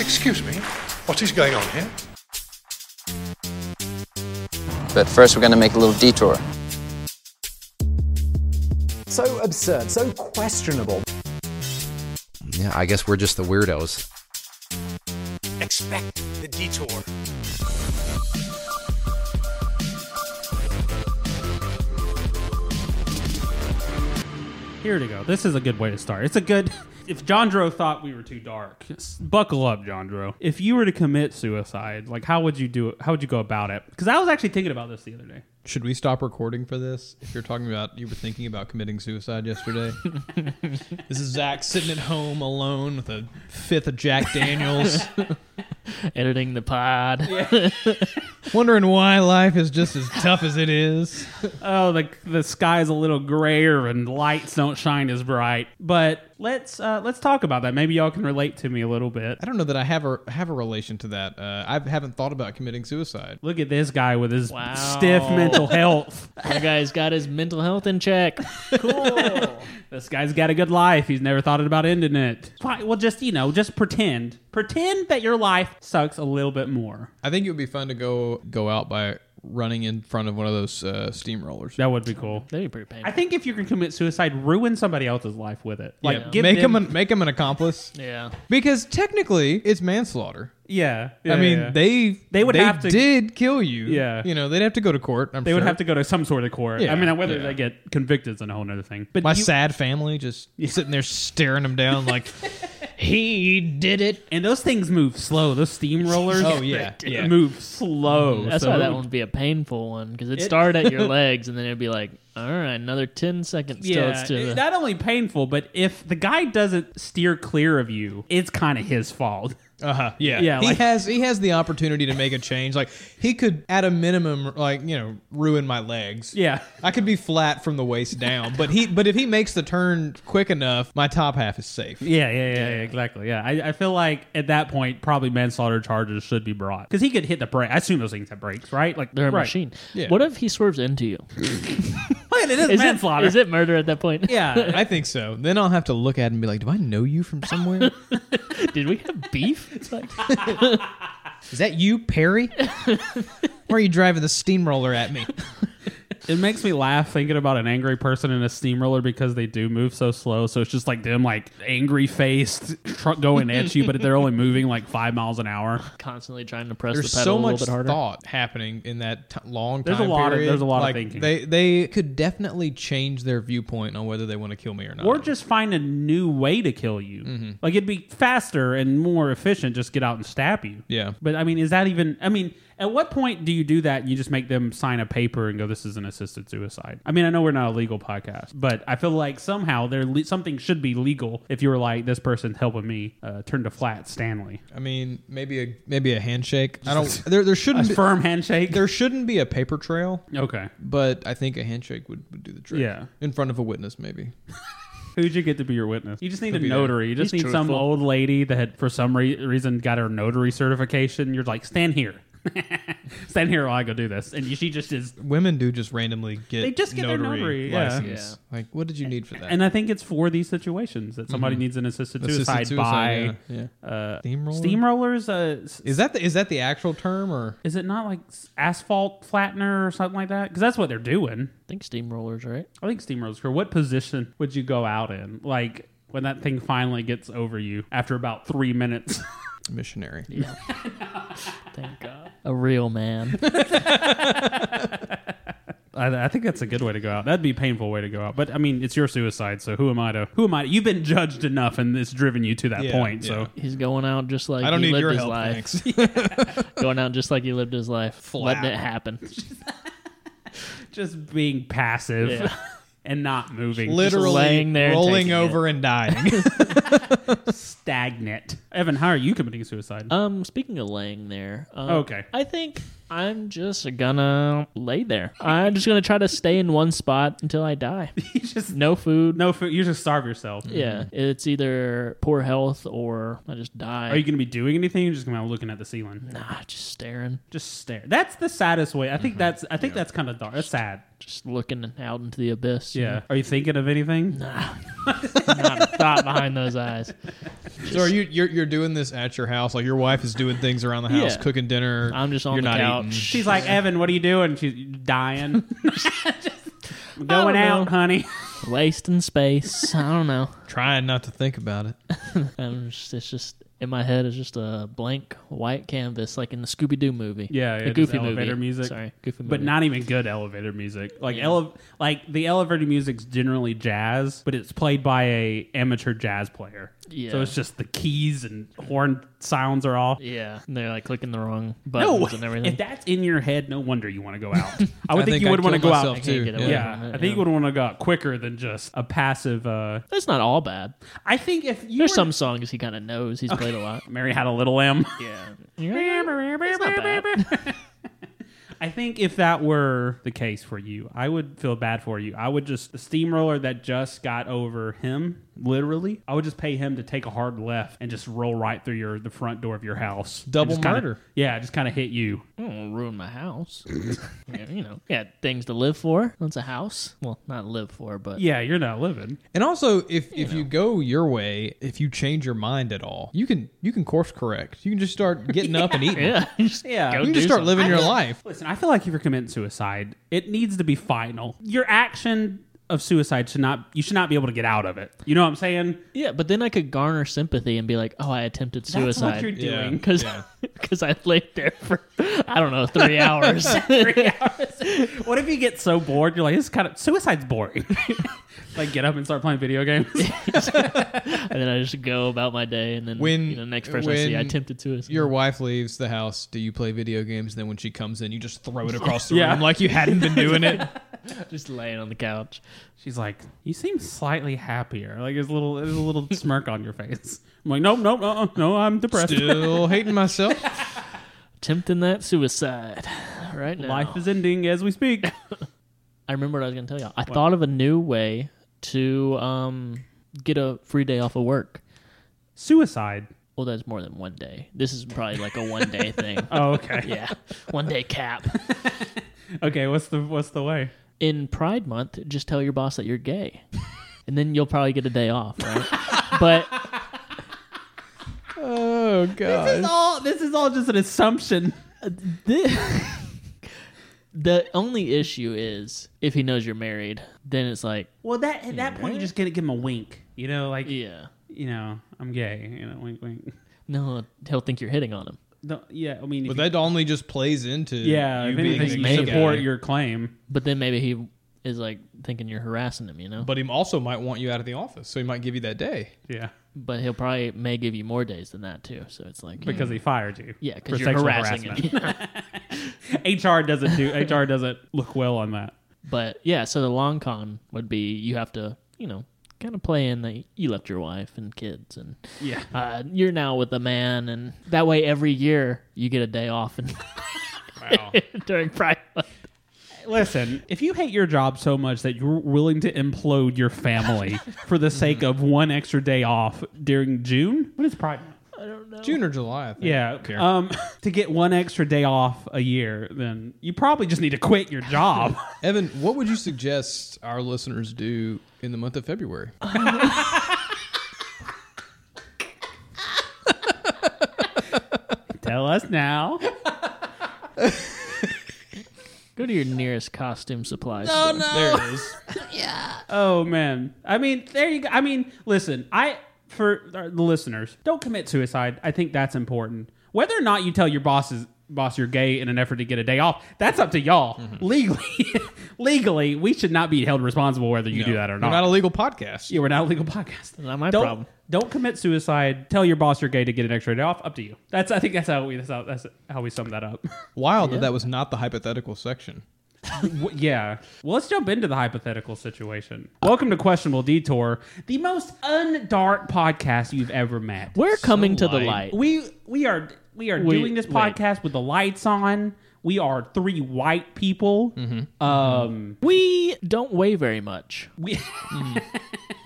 Excuse me, what is going on here? But first, we're going to make a little detour. So absurd, so questionable. Yeah, I guess we're just the weirdos. Expect the detour. Here to go. This is a good way to start. It's a good. If Jondro thought we were too dark, s- buckle up, Jondro. If you were to commit suicide, like how would you do it? How would you go about it? Because I was actually thinking about this the other day. Should we stop recording for this? If you're talking about you were thinking about committing suicide yesterday. this is Zach sitting at home alone with a fifth of Jack Daniels, Editing the pod. wondering why life is just as tough as it is. Oh, the the sky's a little grayer and lights don't shine as bright. But let's uh, let's talk about that. Maybe y'all can relate to me a little bit. I don't know that I have a have a relation to that. Uh, I haven't thought about committing suicide. Look at this guy with his Wow. stiff mental health. That guy's got his mental health in check. This guy's got a good life. He's never thought about ending it. Why- Well, just, you know, just pretend. Pretend that your life sucks a little bit more. I think it would be fun to go go out by running in front of one of those uh, steamrollers. That would be cool. That'd be pretty painful. I think if you can commit suicide, ruin somebody else's life with it. Like, Yeah. give make them, him an, make him an accomplice yeah. because technically it's manslaughter. Yeah. I yeah, mean, yeah. they They would they have to- did kill you. Yeah. you know they'd have to go to court. I'm They would sure. have to go to some sort of court. Yeah, I mean, whether yeah. they get convicted is a whole other thing. But My you- sad family just sitting there staring them down like, He did it. and those things move slow. Those steamrollers. oh yeah, yeah. Move slow. Mm, That's so- why that one would be a painful one because it started at your legs and then it'd be like, all right, another 10 seconds till it's to it- the. not only painful, but if the guy doesn't steer clear of you, it's kind of his fault. Uh huh. Yeah. Yeah, He like- has he has the opportunity to make a change. Like he could, at a minimum, like you know, ruin my legs. Yeah. I could be flat from the waist down, but he but if he makes the turn quick enough, my top half is safe. Yeah, yeah, yeah, yeah, exactly. Yeah, I, I feel like at that point, probably manslaughter charges should be brought because he could hit the brake. I assume those things have brakes, right? Like they're a right. machine. Yeah. What if he swerves into you? Wait, it is, Is it, manslaughter. is it murder at that point? Yeah. I think so. Then I'll have to look at him and be like, "Do I know you from somewhere? Did we have beef? It's like, Is that you, Perry? Why are you driving the steamroller at me?" It makes me laugh thinking about an angry person in a steamroller because they do move so slow. So it's just like them, like angry faced truck going at you, but they're only moving like five miles an hour. constantly trying to press There's the pedal so a much little bit harder. thought happening in that t- long There's a time lot of- period. there's a lot of Like, thinking. They they could definitely change their viewpoint on whether they want to kill me or not. Or just find a new way to kill you. Mm-hmm. Like it'd be faster and more efficient just get out and stab you. Yeah. But I mean, is that even? I mean, at what point do you do that? And you just make them sign a paper and go, "This is an assisted suicide." I mean, I know we're not a legal podcast, but I feel like somehow there le- something should be legal if you were like, "This person's helping me uh, turn to flat Stanley." I mean, maybe a maybe a handshake. I don't. There there A shouldn't be, firm handshake. there shouldn't be a paper trail, okay. but I think a handshake would, would do the trick. Yeah. in front of a witness, maybe. Who'd you get to be your witness? You just need a be there. notary. You just He's need some truthful. old lady that had, for some re- reason got her notary certification. You're like, stand here. stand here while I go do this. And she just is. Women do just randomly get They just get their notary, notary, yeah. license. Like, what did you need for that? And I think it's for these situations that somebody needs an assisted Mm-hmm. Assisted suicide, by yeah, yeah. Uh, steamroller. steamrollers. Uh, s- Is that the is that the actual term or? is it not like s- asphalt flattener or something like that? Because that's what they're doing. I think steamrollers, right? I think steamrollers. For what position would you go out in? Like when that thing finally gets over you after about three minutes. Missionary. Thank God. A real man. I, I think that's a good way to go out. That'd be a painful way to go out. But I mean, it's your suicide, so who am I to? Who am I? To, you've been judged enough, and it's driven you to that Yeah, point. yeah. So He's going out just like I don't he need lived your his help. life. Thanks. Going out just like he lived his life. Letting it happen. just being passive Yeah. and not moving, Literally laying there and rolling taking over and dying. just stagnant. Evan, how are you committing suicide? Um, speaking of laying there, um, Okay. I think I'm just gonna lay there. I'm just gonna try to stay in one spot until I die. you just No food. no food. You just starve yourself. Yeah, it's either poor health or I just die. Are you going to be doing anything? You're just going to be looking at the ceiling, nah, just staring, just stare. That's the saddest way. I think Mm-hmm. that's. I think that's kind of dark. That's sad. just looking out into the abyss. Yeah. Are you thinking of anything? not a thought behind those his eyes. So are you you're, you're doing this at your house? Like your wife is doing things around the house, Yeah. cooking dinner. I'm just on you're the not couch. eating. She's like, Evan, what are you doing? She's dying. I'm I going don't out, know. honey. Wasting space. I don't know. Trying not to think about it. I'm just, it's just in my head. It's just a blank white canvas, like in the Scooby Doo movie. Yeah, the yeah, just Goofy elevator movie. music. Sorry, Goofy movie. But not even good elevator music. Like ele- like the elevator music's generally jazz, but it's played by a amateur jazz player. Yeah. So it's just the keys and horn sounds are off. Yeah, and they're like clicking the wrong buttons No, and everything. if that's in your head, no wonder you want to go out. I would think, think you I'd would want to kill go out. myself, too. get Yeah, away from it, I think yeah. you would want to go out quicker than just a passive. uh That's not all bad. I think if you There's were- some songs he kind of knows. He's played a lot. Mary had a little lamb. Yeah. I think if that were the case for you, I would feel bad for you. I would just the steamroller that just got over him, literally. I would just pay him to take a hard left and just roll right through your the front door of your house. And Double just kinda- murder. yeah, just kind of hit you. I don't wanna ruin my house. yeah, you know, got things to live for. That's a house. Well, not live for, but Yeah, you're not living. And also, if if you go your way, if you change your mind at all, you can you can course correct. You can just start getting up and eating. yeah, just Yeah. go You can do just start something. living your life. Listen, I feel like if you're committing suicide, it needs to be final. Your action of suicide should not you should not be able to get out of it. You know what I'm saying? Yeah, but then I could garner sympathy and be like, "Oh, I attempted That's what you're suicide." Yeah. doing. Because Yeah. I laid there for I don't know three hours. What if you get so bored? You're like, this is kind of suicide's boring. like, get up and start playing video games. and then I just go about my day, and then When- you know, next person I see, I when attempted suicide. Your wife leaves the house. Do you play video games? And then when she comes in, you just throw it across the Yeah. room like you hadn't been doing it. just laying on the couch. She's like, you seem slightly happier. Like, there's a little, there's a little smirk on your face. I'm like, nope, nope, uh-uh, no, I'm depressed. Still hating myself. Attempting that suicide right now. Life is ending as we speak. I remember what I was going to tell y'all. I thought of a new way to um, get a free day off of work. Suicide. Well, that's more than one day. This is probably like a one day thing. Oh, okay. Yeah, one day cap. Okay, what's the what's the way? In Pride Month, just tell your boss that you're gay, and then you'll probably get a day off, right? but Oh This is god. all this is all just an assumption. the, the only issue is if he knows you're married, then it's like, Well, that at that point, you just gotta give him a wink. You know, like yeah, you know, I'm gay. You know, wink, wink. no, he'll think you're hitting on him. No, yeah, I mean, if But you- that only just plays into yeah, you if being anything, a you gay support guy. your claim. But then maybe he is like thinking you're harassing him, you know. But he also might want you out of the office, so he might give you that day. Yeah. but he'll probably may give you more days than that too. So it's like because he fired you. yeah, for because you're sexual harassing harassment. him. HR doesn't do HR doesn't look well on that. but yeah, so the long con would be you have to you know kind of play in that you left your wife and kids and Yeah. uh, you're now with a man, and that way every year you get a day off and during Pride Month. Listen, if you hate your job so much that you're willing to implode your family for the sake of one extra day off during June, what is Pride? Month? June or July, I think. Yeah, Okay. um, to get one extra day off a year, then you probably just need to quit your job. Evan, what would you suggest our listeners do in the month of February? Tell us now. Go to your nearest costume supply store. There it is. Oh man. I mean, there you go. I mean, listen, I for uh, the listeners, don't commit suicide. I think that's important. Whether or not you tell your bosses boss you're gay in an effort to get a day off, that's up to y'all. Mm-hmm. Legally legally, we should not be held responsible whether you do that or We're not. not a legal podcast. yeah, we're not a legal podcast. Not my don't, problem. Don't commit suicide. Tell your boss you're gay to get an extra day off. Up to you. That's I think that's how we that's how, that's how we sum that up. Wild that that was not the hypothetical section. W- yeah. Well, let's jump into the hypothetical situation. Welcome to Questionable Detour, the most undark podcast you've ever met. We're coming to the light. light. We we are we are Wait, doing this wait. podcast with the lights on. We are three white people. Mm-hmm. Um, we Don't weigh very much. we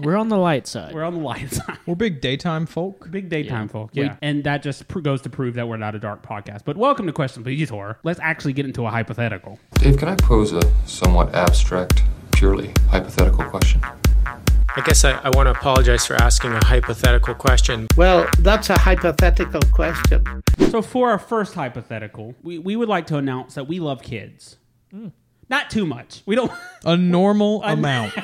We're on the light side. we're on the lights on. We're big daytime folk. Big daytime folk, yeah, and that just pr- goes to prove that we're not a dark podcast. But welcome to Questionable Detour. Let's actually get into a hypothetical. Dave, can I pose a somewhat abstract, purely hypothetical question? I guess I, I want to apologize for asking a hypothetical question. Well, that's a hypothetical question. So, for our first hypothetical, we, we would like to announce that we love kids. Not too much. We don't. A normal amount.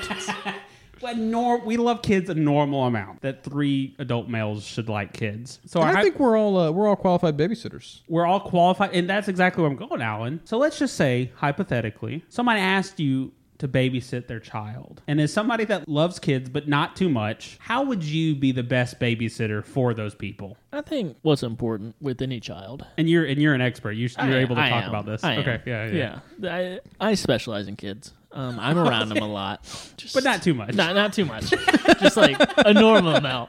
but nor, we love kids a normal amount. That three adult males should like kids. So our I hy- think we're all uh, we're all qualified babysitters. we're all qualified, and that's exactly where I'm going, Alan. So let's just say hypothetically, someone asked you to babysit their child, and as somebody that loves kids but not too much, how would you be the best babysitter for those people? I think what's important with any child. And you're and you're an expert. You, sh- I you're am- able to I talk am. about this. I am. okay, yeah, yeah. yeah. I, I specialize in kids. Um, I'm around them a lot, Just- But not too much. Not not too much. Just like a normal amount.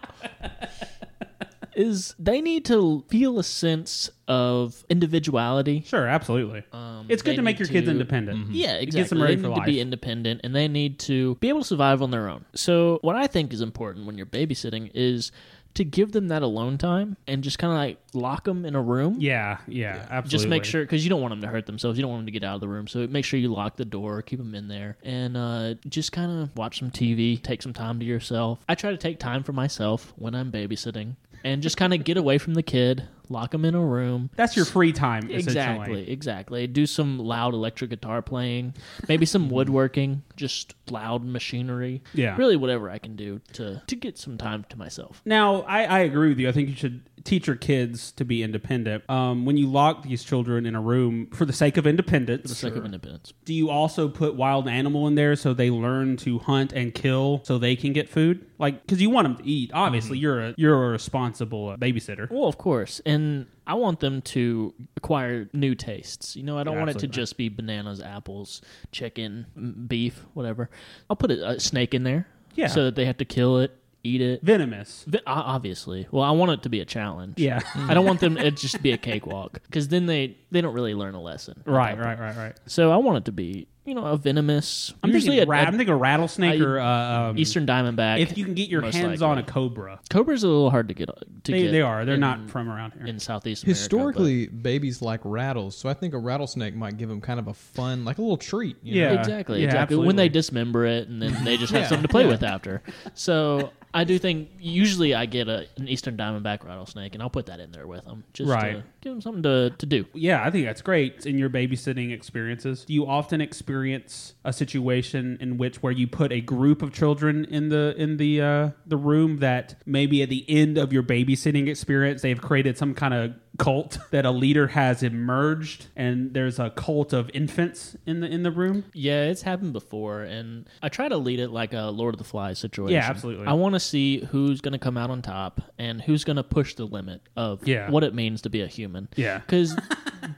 Is they need to feel a sense of individuality. Sure, absolutely. it's Um, they good to make your need kids to- Mm-hmm. independent. Yeah, It exactly. gets them ready they for need life. to be independent and they need to be able to survive on their own. So, what I think is important when you're babysitting is to give them that alone time and just kind of like lock them in a room. yeah, yeah, absolutely. Just make sure, because you don't want them to hurt themselves. You don't want them to get out of the room. So make sure you lock the door, keep them in there, and uh, just kind of watch some TV, take some time to yourself. I try to take time for myself when I'm babysitting and just kind of get away from the kid, lock them in a room, that's your free time. Essentially. Exactly, exactly. Do some loud electric guitar playing, maybe some woodworking, just loud machinery. Mm-hmm. Yeah. Really whatever I can do to to get some time to myself. Now, I, I agree with you. I think you should teach your kids to be independent. Um, when you lock these children in a room for the sake of independence, For the sake of independence. do you also put wild animal in there so they learn to hunt and kill so they can get food? Like, because you want them to eat. Mm-hmm. Obviously, you're a you're a responsible uh, babysitter. Well, of course. And I want them to acquire new tastes. You know, I don't want it to absolutely. just be bananas, apples, chicken, m- beef, whatever. I'll put a, a snake in there. Yeah. So that they have to kill it, eat it. Venomous. Vi- o- Obviously, well, I want it to be a challenge. Yeah. I don't want them it just to be a cakewalk because then they they don't really learn a lesson. Right, right, right, right. So I want it to be, you know, a venomous. I'm usually thinking, a, ra- a I'm thinking rattlesnake I- or uh, um, Eastern Diamondback. If you can get your most hands likely. on a cobra, cobras, are a little hard to get. To they, get they are. They're in, not from around here. in Southeast America, Historically, babies like rattles, so I think a rattlesnake might give them kind of a fun, like a little treat. You know? but- Yeah. exactly, Yeah, exactly. When absolutely. they dismember it, and then they just have something to play with after. So I do think usually I get a, an Eastern Diamondback rattlesnake, and I'll put that in there with them, just Right. to give them something to to do. Yeah, I think that's great in your babysitting experiences. Do you often experience a situation in which where you put a group of children in the in the uh, the room that maybe at the end of your babysitting experience they've created some kind of cult that a leader has emerged and there's a cult of infants in the in the room? Yeah, it's happened before, and I try to lead it like a Lord of the Flies situation. Yeah, absolutely. I want to see who's going to come out on top and who's going to push the limit of Yeah. what it means to be a human. Yeah. because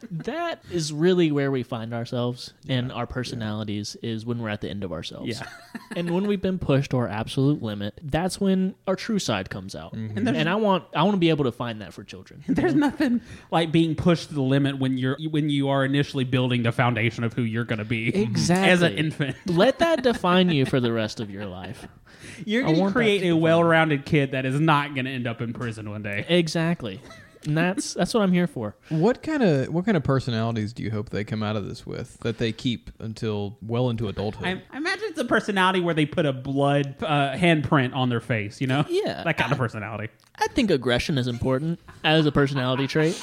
that is really where we find ourselves and our personalities is when we're at the end of ourselves. Yeah. and when we've been pushed to our absolute limit, that's when our true side comes out. Mm-hmm. And, I want I want to be able to find that for children. There's nothing like being pushed to the limit when you're when you are initially building the foundation of who you're going to be Exactly. as an infant. Let that define you for the rest of your life. You're I going to want that create to a well-rounded kid that is not going to end up in prison one day. Exactly. And that's that's what I'm here for. What kind of what kind of personalities do you hope they come out of this with that they keep until well into adulthood? I, I imagine it's a personality where they put a blood uh, handprint on their face, you know? Yeah. That kind of personality. I think aggression is important as a personality trait.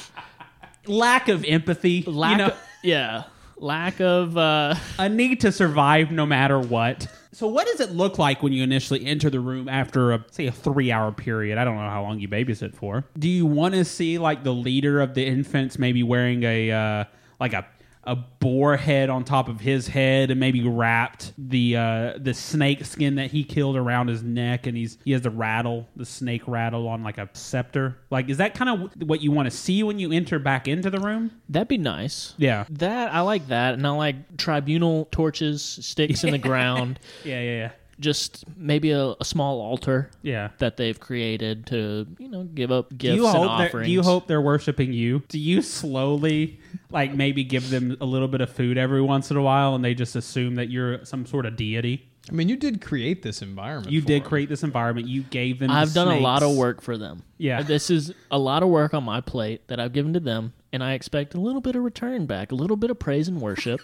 Lack of empathy. Lack, you know, yeah, lack of uh, a need to survive no matter what. So, what does it look like when you initially enter the room after a say a three hour period? I don't know how long you babysit for. Do you want to see like the leader of the infants maybe wearing a uh, like a a boar head on top of his head and maybe wrapped the uh, the snake skin that he killed around his neck and he's he has the rattle the snake rattle on like a scepter like is that kind of what you want to see when you enter back into the room that'd be nice. yeah That I like that, and I like tribunal torches, sticks in the ground, yeah yeah yeah just maybe a, a small altar yeah that they've created to you know give up Do gifts you, and hope they're, offerings. do you hope they're worshiping you? Do you slowly, like, maybe give them a little bit of food every once in a while and they just assume that you're some sort of deity? I mean, you did create this environment. You for did them. create this environment. You gave them. I've done a lot of snakes. work for them. Yeah. this is a lot of work on my plate that I've given to them, and I expect a little bit of return back. A little bit of praise and worship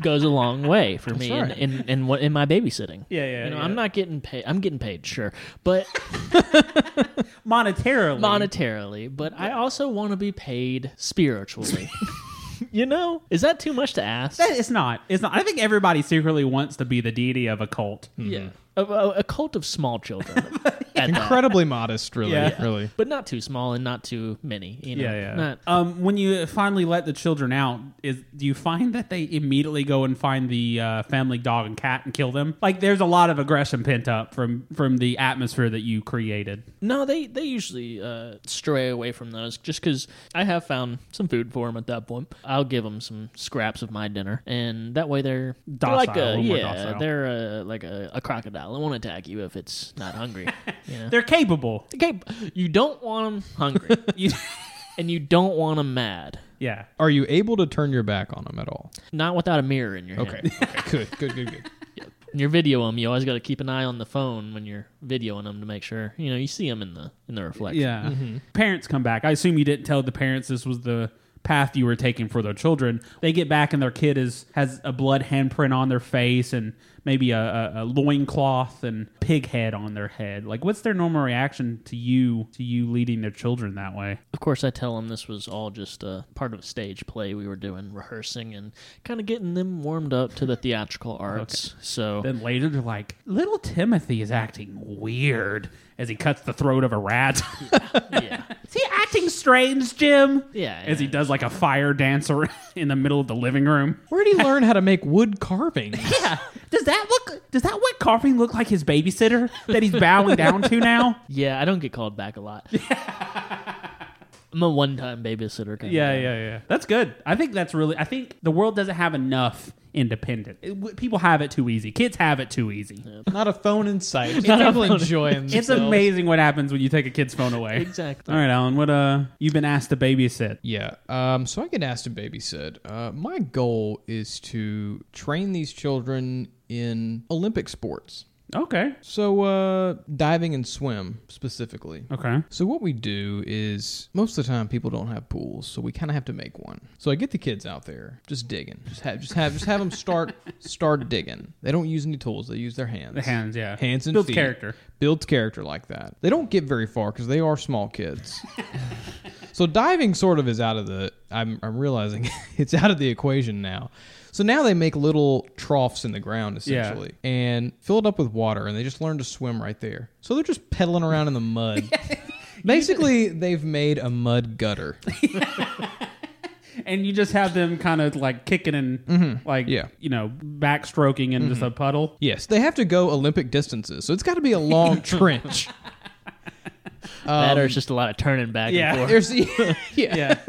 goes a long way for me in, in, in, what in my babysitting. Yeah, yeah, You know, yeah. I'm not getting paid. I'm getting paid, sure, but monetarily. monetarily. But I also want to be paid spiritually. you know, is that too much to ask? That- it's not. It's not. I think everybody secretly wants to be the deity of a cult. yeah, a, a, a cult of small children. at that. Incredibly modest, really. Yeah. Really. but not too small and not too many. You know? Yeah, yeah. Not, um, when you finally let the children out, is do you find that they immediately go and find the uh, family dog and cat and kill them? Like, there's a lot of aggression pent up from from the atmosphere that you created. no, they they usually uh, stray away from those just because I have found some food for them at that point. I'll give them some scraps of my dinner, and that way they're, they're Docile, like a a, little more yeah, docile. they're uh like a, a crocodile. It won't attack you if it's not hungry. you know? They're capable. Okay, you don't want them hungry, you, and you don't want them mad. Yeah. Are you able to turn your back on them at all? Not without a mirror in your hand. Okay. okay. Good. Good. Good. Good. When you're videoing them, you always got to keep an eye on the phone when you're videoing them to make sure you know you see them in the in the reflection. Yeah. Parents come back. I assume you didn't tell the parents this was the path you were taking for their children. They get back and their kid is has a blood handprint on their face and maybe a, a, a loincloth and pig head on their head. Like what's their normal reaction to you to you leading their children that way? Of course, I tell them this was all just uh, part of a stage play we were doing, rehearsing and kind of getting them warmed up to the theatrical arts. So Then later they're like, Little Timothy is acting weird as he cuts the throat of a rat. yeah, is he acting strange, Jim? Yeah, As he yeah. does like a fire dancer in the middle of the living room. Where'd he learn how to make wood carvings? Yeah. Does that look? Does that what carving look like his babysitter that he's bowing down to now? yeah, I don't get called back a lot. I'm a one-time babysitter. Kind Yeah, of yeah, yeah. That's good. I think that's really. I think the world doesn't have enough independent. It- w- people have it too easy. Kids have it too easy. Not a phone in sight. People enjoying It's amazing what happens when you take a kid's phone away. Exactly. All right, Alan. What uh, you've been asked to babysit. Yeah. Um, so I get asked to babysit. Uh, my goal is to train these children in Olympic sports. Okay. So uh, diving and swim specifically. Okay. So what we do is most of the time people don't have pools, so we kind of have to make one. So I get the kids out there just digging, just have just have just have them start start digging. They don't use any tools; they use their hands. The hands, yeah. hands and Builds feet. character. Builds character like that. They don't get very far because they are small kids. so diving sort of is out of the. I'm I'm realizing it's out of the equation now. So now they make little troughs in the ground essentially and fill it up with water, and they just learn to swim right there. So they're just pedaling around in the mud. Basically, they've made a mud gutter. And you just have them kind of like kicking and like Mm-hmm. Yeah. Mm-hmm. you know backstroking into just a puddle. Yes, they have to go Olympic distances, so it's got to be a long trench. Um, that or it's just a lot of turning back Um, yeah. and forth. There's yeah, yeah.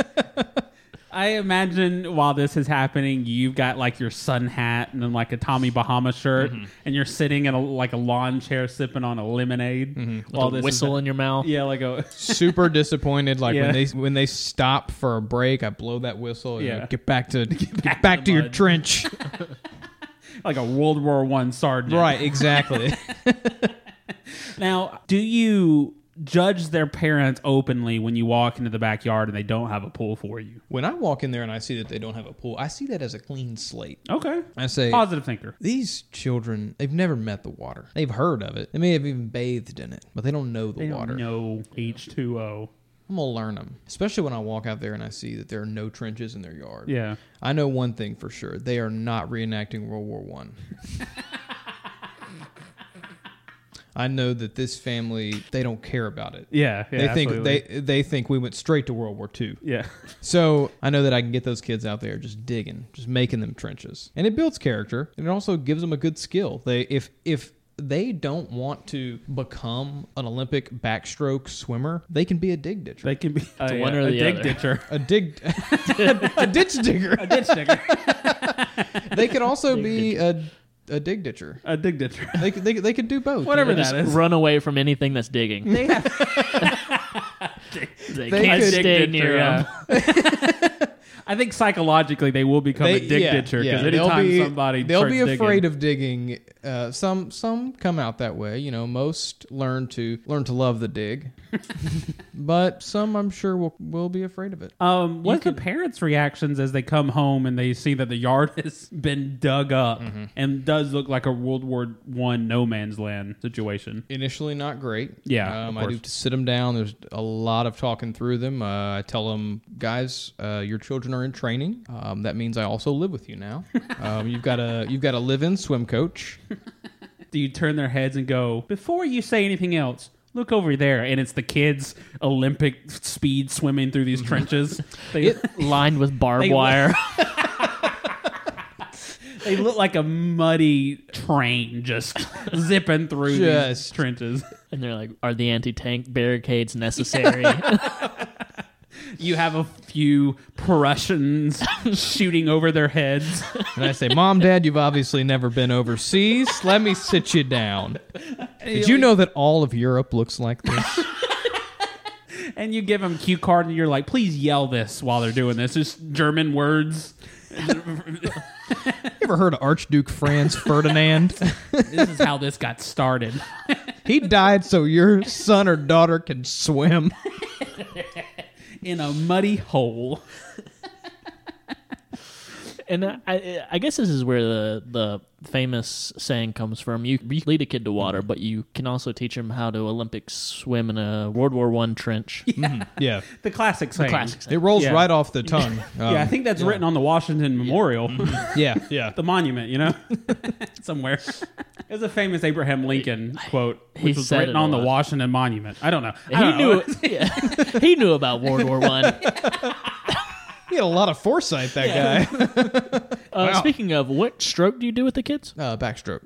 I imagine while this is happening, you've got like your sun hat and then like a Tommy Bahama shirt, Mm-hmm. and you're sitting in a, like a lawn chair sipping on a lemonade Mm-hmm. while With a this whistle Is, in your mouth. yeah, like a super disappointed. Like Yeah. when they when they stop for a break, I blow that whistle. Yeah, Yeah. get back to get back, in the to your mud. trench. like a World War One sergeant. right, exactly. now, do you judge their parents openly when you walk into the backyard and they don't have a pool for you? when I walk in there and I see that they don't have a pool, I see that as a clean slate. Okay, I say positive thinker. These children, they've never met the water. They've heard of it. They may have even bathed in it, but they don't know the water. No H two O. I'm gonna learn them, especially when I walk out there and I see that there are no trenches in their yard. Yeah. I know one thing for sure: they are not reenacting World War One. I know that this family they don't care about it. Yeah, yeah. they think absolutely. they they think we went straight to World War Two. Yeah. So I know that I can get those kids out there just digging, just making them trenches, and it builds character, and it also gives them a good skill. They if if they don't want to become an Olympic backstroke swimmer, they can be a dig ditcher. They can be a, one or Oh, a the dig other. ditcher. a dig, a ditch digger. A ditch digger. They could also be a, a dig ditcher. a dig ditcher. They could, they, could- they could do both. Whatever Just that is. run away from anything that's digging. They, have- can't could- um, stay near 'em. I think psychologically they will become addicted to her because anytime somebody they'll starts be afraid digging- of digging. Uh, some some come out that way, you know. Most learn to learn to love the dig, but some I'm sure will will be afraid of it. Um, what's the parents' reactions as they come home and they see that the yard has been dug up Mm-hmm. and does look like a World War One no man's land situation? Initially, not great. Yeah, um, of I do course. sit them down. There's a lot of talking through them. Uh, I tell them, guys, uh, your children are in training. Um, that means I also live with you now. um, you've got a you've got a live-in swim coach. Do you turn their heads and go before you say anything else? Look over there, and it's the kids Olympic speed swimming through these trenches. They, lined with barbed They- wire. they look like a muddy train just zipping through these Just- trenches. and they're like, are the anti tank barricades necessary? You have a few Prussians shooting over their heads. And I say, Mom, Dad, you've obviously never been overseas. Let me sit you down. Did you know that all of Europe looks like this? And you give them cue card, and you're like, "Please yell this while they're doing this." It's German words. you ever heard of Archduke Franz Ferdinand? This is how this got started. he died so your son or daughter can swim. In a muddy hole. and I, I, I guess this is where the, the famous saying comes from. You, you lead a kid to water, but you can also teach him how to Olympic swim in a World War One trench. Yeah. The classic saying. Classic saying. It rolls Yeah. right off the tongue. Um, yeah, I think that's written on the Washington Memorial, Mm-hmm. yeah, yeah. the monument. You know, somewhere. It was a famous Abraham Lincoln quote, He which was said written it a on the lot. Washington Monument. I don't know. I he don't know. knew yeah, he knew about World War One. Uh, He had a lot of foresight, that guy. Speaking of, what stroke do you do with the kids? Uh, backstroke.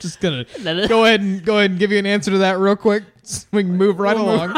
Just gonna go ahead and go ahead and give you an answer to that real quick. So we can move right along.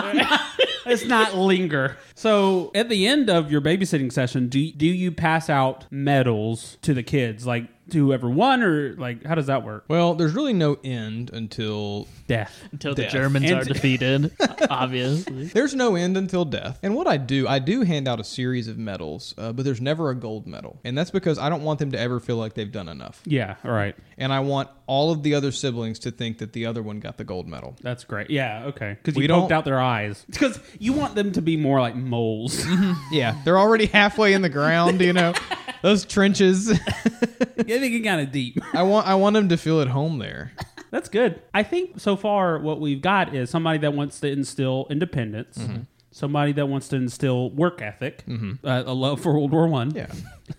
Let's not linger. So, at the end of your babysitting session, do do you pass out medals to the kids, like to whoever won, or like how does that work? Well, there's really no end until Death. Until the Death. Germans And- are defeated, obviously. There's no end until death. And what I do, I do hand out a series of medals, uh, but there's never a gold medal. And that's because I don't want them to ever feel like they've done enough. Yeah. All right. And I want all of the other siblings to think that the other one got the gold medal. That's great. Yeah. Okay. Because you We poked don't- out their eyes. Because you want them to be more like moles. Mm-hmm. Yeah, they're already halfway in the ground, you know. Those trenches. Getting kind of deep. I want I want them to feel at home there. That's good. I think so far what we've got is somebody that wants to instill independence. Somebody that wants to instill work ethic, uh, a love for World War One, Yeah.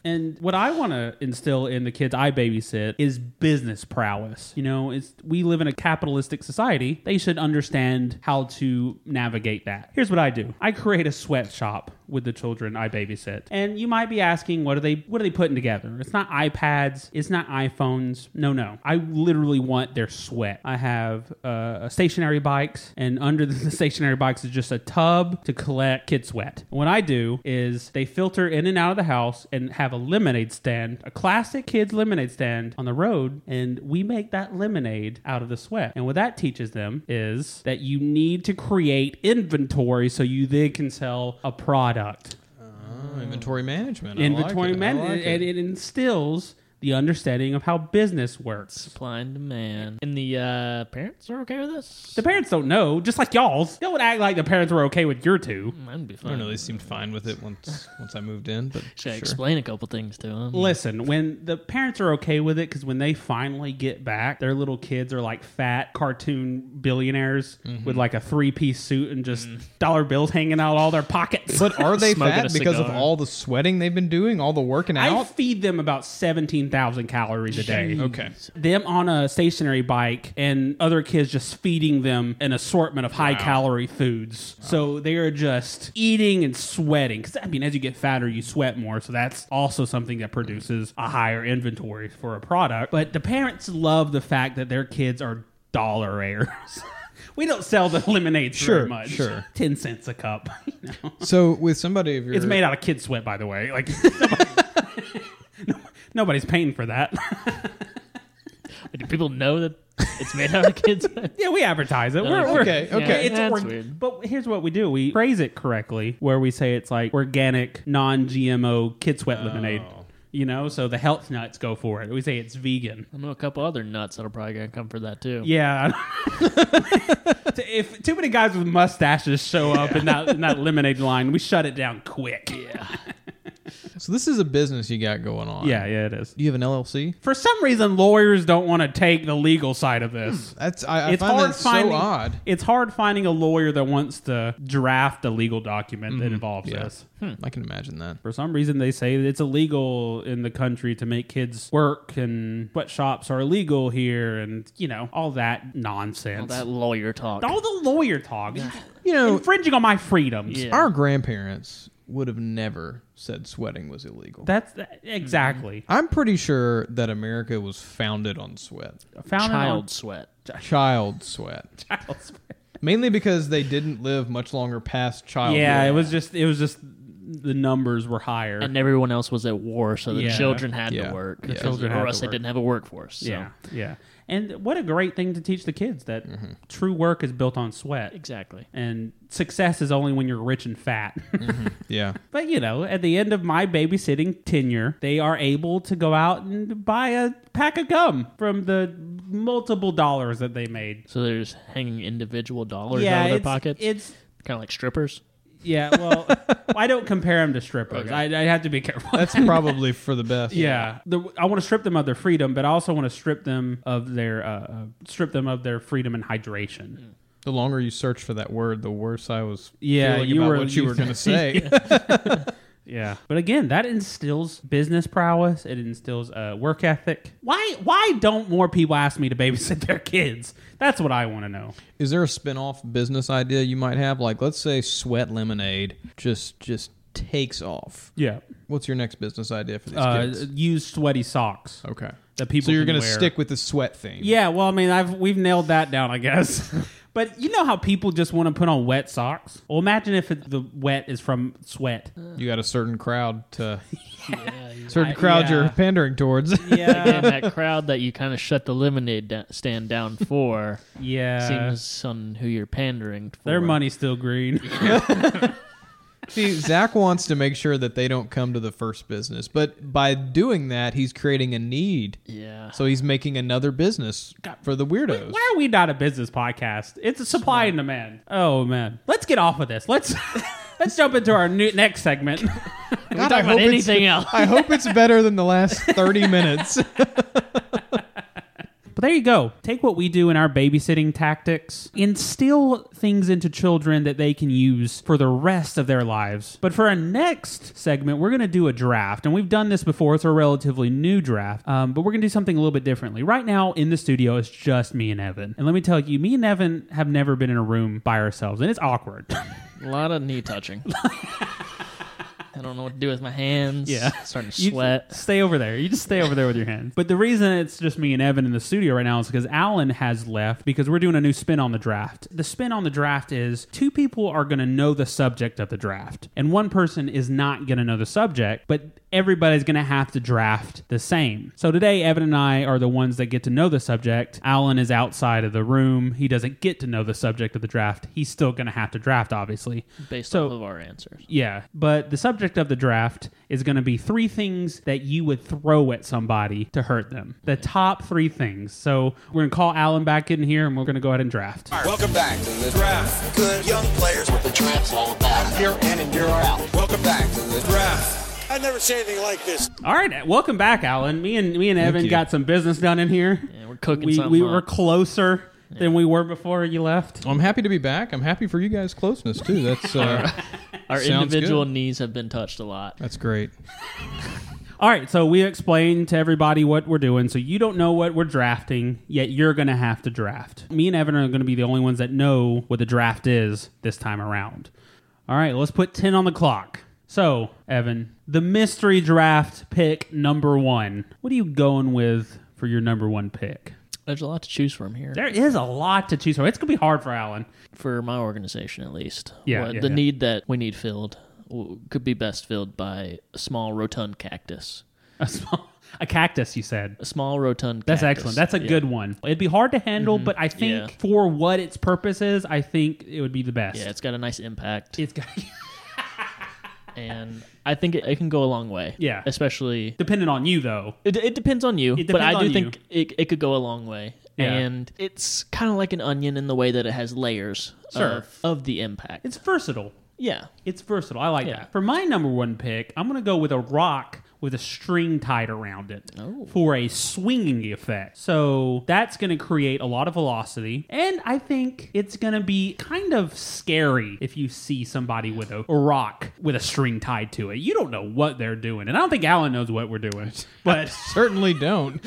And what I want to instill in the kids I babysit is business prowess. You know, it's we live in a capitalistic society. They should understand how to navigate that. Here's what I do. I create a sweatshop with the children I babysit. And you might be asking what are they what are they putting together? It's not iPads, it's not iPhones. No, no. I literally want their sweat. I have uh, stationary bikes and under the stationary bikes is just a tub to collect kid sweat. What I do is they filter in and out of the house and have a lemonade stand, a classic kids lemonade stand on the road, and we make that lemonade out of the sweat. And what that teaches them is that you need to create inventory so you then can sell a product. Inventory management. I like inventory it. I management, like and it. it instills the understanding of how business works. Supply and demand. And the uh, parents are okay with this? The parents don't know, just like y'all's. They would act like the parents were okay with your two. Mine would be I fine. don't know, they seemed fine with it once once I moved in, but Should I sure. explain a couple things to them? Listen, when the parents are okay with it, because when they finally get back, their little kids are like fat cartoon billionaires Mm-hmm. with like a three piece suit and just dollar bills hanging out all their pockets. But are they Smoking fat a because of cigar. all the sweating they've been doing, all the working I out? feed them about 17,000 calories a day. Okay. Them on a stationary bike and other kids just feeding them an assortment of high calorie foods. So they are just eating and sweating. Because, I mean, as you get fatter, you sweat more. So that's also something that produces a higher inventory for a product. But the parents love the fact that their kids are dollar heirs. we don't sell the lemonades Sure, very much. sure. 10 cents a cup. you know? So with somebody of your It's made out of kid sweat, by the way. Like nobody- nobody's paying for that. Way to People know that it's made out of kids. Yeah, we advertise it. We're, like, we're- Oh, okay, okay. yeah, it's That's org- weird. But here's what we do: we phrase it correctly, where we say it's like organic, non-GMO kid sweat lemonade. Oh. You know, so the health nuts go for it. We say it's vegan. I know a couple other nuts that'll probably gonna come for that too. Yeah. if too many guys with mustaches show up in that in that lemonade line, we shut it down quick. Yeah. So this is a business you got going on. Yeah, yeah, it is. Do you have an LLC? For some reason, lawyers don't want to take the legal side of this. That's Hmm. I, I it's find hard that finding so odd. It's hard finding a lawyer that wants to draft a legal document that involves Mm-hmm. Yeah. this. I can imagine that. For some reason, they say that it's illegal in the country to make kids work, and sweatshops are illegal here, and you know all that nonsense. All that lawyer talk. All the lawyer talk, You know, infringing on my freedoms. Yeah. our grandparents would have never said sweating was illegal. That's exactly I'm pretty sure that America was founded on sweat, Mm-hmm. found Child sweat. child sweat, It on child's mainly because they didn't live much longer past Oh, childhood. yeah, it was just it was just the numbers were higher. And everyone else was at war, so the Yeah. children had Yeah. to work. The because- children or had to else they work. didn't have a workforce. So. yeah, yeah. And what a great thing to teach the kids that Mm-hmm. true work is built on sweat. Exactly. And success is only when you're rich and fat. Mm-hmm. yeah. But you know, at the end of my babysitting tenure, they are able to go out and buy a pack of gum from the multiple dollars that they made. So they're just hanging individual dollars yeah, out of their it's, pockets, it's kind of like strippers. yeah. Well, I don't compare them to strippers. I, I have to be careful. That's probably for the best. yeah, The- I want to strip them of their freedom, but I also want to strip them of their uh, uh, strip them of their freedom and hydration. The longer you search for that word, the worse I was Yeah, feeling you about were- what you you- were going to say. Yeah, but again, that instills business prowess. It instills uh, work ethic. Why? Why don't more people ask me to babysit their kids? That's what I want to know. Is there a spin-off business idea you might have? Like, let's say Sweat Lemonade just just takes off. Yeah, What's your next business idea for these uh, kids? use sweaty socks. Okay. That people so you're can gonna wear. stick with the sweat theme. Yeah, well, I mean, I've we've nailed that down, I guess. but you know how people just want to put on wet socks? Well, imagine if it, the wet is from sweat. You got a certain crowd to certain crowd yeah. you're pandering towards. And Yeah, that crowd that you kind of shut the lemonade da- stand down for yeah. seems on who you're pandering for. Uh, Their money's still green. See, Zach wants to make sure that they don't come to the first business, but by doing that, he's creating a need. Yeah. So he's making another business for the weirdos. Why are we not a business podcast? It's a supply and demand. Oh man, let's get off of this. Let's let's jump into our new, next segment. God, talk I about hope it's- anything else. I hope it's better than the last thirty minutes. But there you go. Take what we do in our babysitting tactics, instill things into children that they can use for the rest of their lives. But for our next segment, we're going to do a draft. And we've done this before. It's a relatively new draft. Um, but we're going to do something a little bit differently. Right now in the studio, it's just me and Evan. And let me tell you, me and Evan have never been in a room by ourselves. And it's awkward. A lot of knee touching. I don't know what to do with my hands. Yeah. Starting to You sweat. Stay over there. You just stay over there with your hands. But the reason it's just me and Evan in the studio right now is because Alan has left because we're doing a new spin on the draft. The spin on the draft is two people are going to know the subject of the draft, and one person is not going to know the subject, but everybody's going to have to draft the same. So today, Evan and I are the ones that get to know the subject. Alan is outside of the room. He doesn't get to know the subject of the draft. He's still going to have to draft, obviously. Based So- off of our answers. Yeah, but the subject of the draft is going to be three things that you would throw at somebody to hurt them. The top three things. So we're going to call Alan back in here and we're going to go ahead and draft. Welcome back to the draft. Good young players. What the draft's all about. Year in and year out. Welcome back to the draft. I never seen anything like this. All right, welcome back, Alan. Me and me and Evan you. got some business done in here. Yeah, we're cooking we, something We up. were closer than we were before you left. I'm happy to be back. I'm happy for you guys' closeness too. That's uh, Our Sounds individual good. knees have been touched a lot. that's great. All right, so we explained to everybody what we're doing. So you don't know what we're drafting, yet you're going to have to draft. Me and Evan are going to be the only ones that know what the draft is this time around. All right, let's put 10 on the clock. So, Evan, the mystery draft pick number one. What are you going with for your number one pick? There's a lot to choose from here. There is a lot to choose from. It's going to be hard for Alan. for my organization at least. Yeah, What- yeah, the yeah. need that we need filled w- could be best filled by a small rotund cactus. A small, a cactus. You said A small rotund. that's cactus. excellent. That's a Yeah. Mm-hmm. good one. It'd be hard to handle, but I think Yeah. for what its purpose is, I think it would be the best. Yeah, it's got a nice impact, it's got, and I think it, it can go a long way. Yeah. especially depending on you though. It, it depends on you, It but I depends do on think it, it could go a long way. Yeah. And it's kind of like an onion in the way that it has layers Sure. of, of the impact. It's versatile. yeah. It's versatile. I like Yeah. that. For my number one pick, I'm going to go with a rock with a string tied around it Oh. for a swinging effect. So that's going to create a lot of velocity. And I think it's going to be kind of scary if you see somebody with a, a rock with a string tied to it. You don't know what they're doing. And I don't think Alan knows what we're doing. But Certainly don't.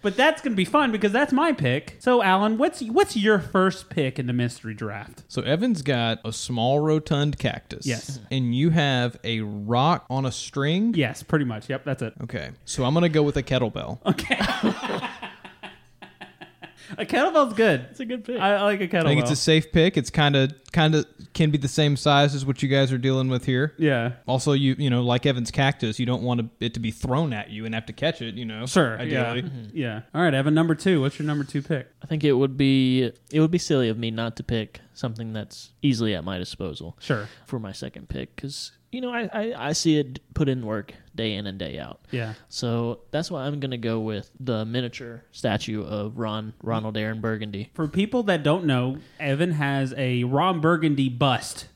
but that's going to be fun because that's my pick. So Alan, what's what's your first pick in the mystery draft? So Evan's got a small rotund cactus. Yes. And you have a rock on a string. Yes, pretty much. Yep, that's it. Okay. So I'm gonna go with a kettlebell. A kettlebell's good. It's a good pick. I, I like a kettlebell. I think it's a safe pick. It's kind of kind of can be the same size as what you guys are dealing with here. yeah. Also, you you know, like Evan's cactus, you don't want it to be thrown at you and have to catch it. You know, Sure. ideally. Yeah. yeah. All right, Evan. Number two. What's your number two pick? I think it would be it would be silly of me not to pick something that's easily at my disposal. Sure. For my second pick, because you know I, I I see it put in work day in and day out. Yeah. So that's why I'm gonna go with the miniature statue of Ron Ronald Aaron Burgundy. For people that don't know, Evan has a Ron Burgundy bust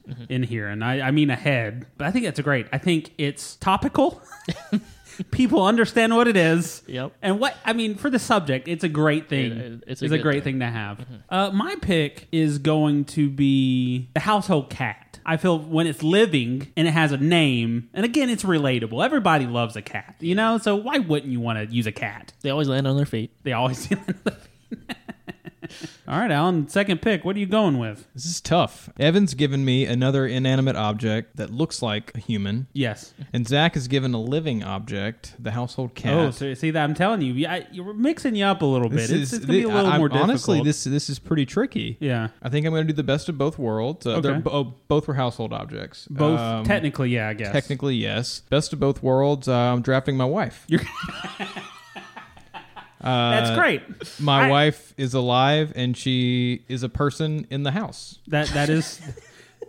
Mm-hmm. in here, and I, I mean a head. But I think that's great. I think it's topical. people understand what it is. Yep. And what I mean for the subject, it's a great thing. It- it's it's a, a good great thing. thing. Mm-hmm. to have. Uh, my pick is going to be the household cat. I feel when it's living and it has a name, and again, it's relatable. Everybody loves a cat, you know. So why wouldn't you want to use a cat? They always land on their feet. They always. All right, Alan. Second pick. What are you going with? This is tough. Evan's given me another inanimate object that looks like a human, Yes. and Zach is given a living object, the household cat. Oh, so, see that I'm telling you, yeah, I- you're mixing you up a little bit. This it's, is- it's gonna be a little I- I'm- more difficult. Honestly, this this is pretty tricky. Yeah. I think I'm going to do the best of both worlds. Uh, Okay. They're bo- oh, both were household objects. both Um, technically, yeah, I guess. Technically, yes. Best of both worlds. Uh, I'm drafting my wife. That's uh, great. my I- wife is alive, and she is a person in the house. That that is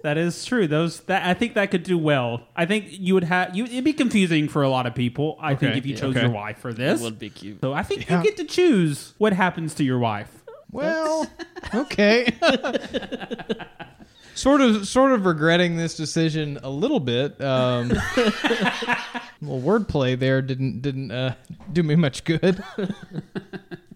that is true. Those that I think that could do well. I think you would have you it'd be confusing for a lot of people. I think Okay. if you Yeah. chose Okay. your wife for this. It would be cute. So I think you get to choose what happens to your wife. Well, okay. sort of, sort of regretting this decision a little bit. Um, well, wordplay there didn't didn't uh, do me much good.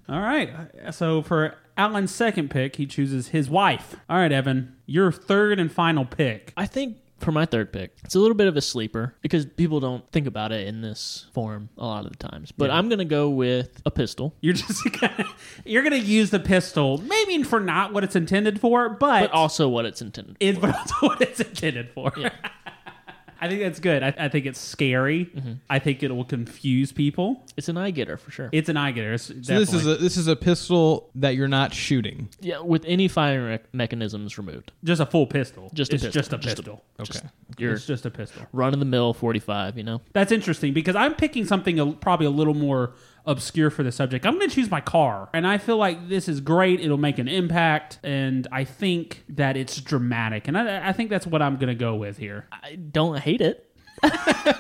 All right. So for Alan's second pick, he chooses his wife. All right, Evan, your third and final pick. I think for my third pick, it's a little bit of a sleeper because people don't think about it in this form a lot of the times. But I'm gonna go with a pistol. You're just gonna, you're gonna use the pistol, maybe for not what it's intended for, but, But also what it's intended. it's but also what it's intended for. I think that's good. I, I think it's scary. Mm-hmm. I think it will confuse people. It's an eye getter for sure. It's an eye getter. It's So this is definitely- a this is a pistol that you're not shooting. yeah, with any firing rec- mechanisms removed. just a full pistol. Just a it's pistol. just a Just a- pistol. Just your It's just a pistol. run of the mill 45, you know? That's interesting because I'm picking something a, probably a little more obscure for the subject. I'm going to choose my car, and I feel like this is great. It'll make an impact, and I think that it's dramatic, and I, I think that's what I'm going to go with here. I don't hate it.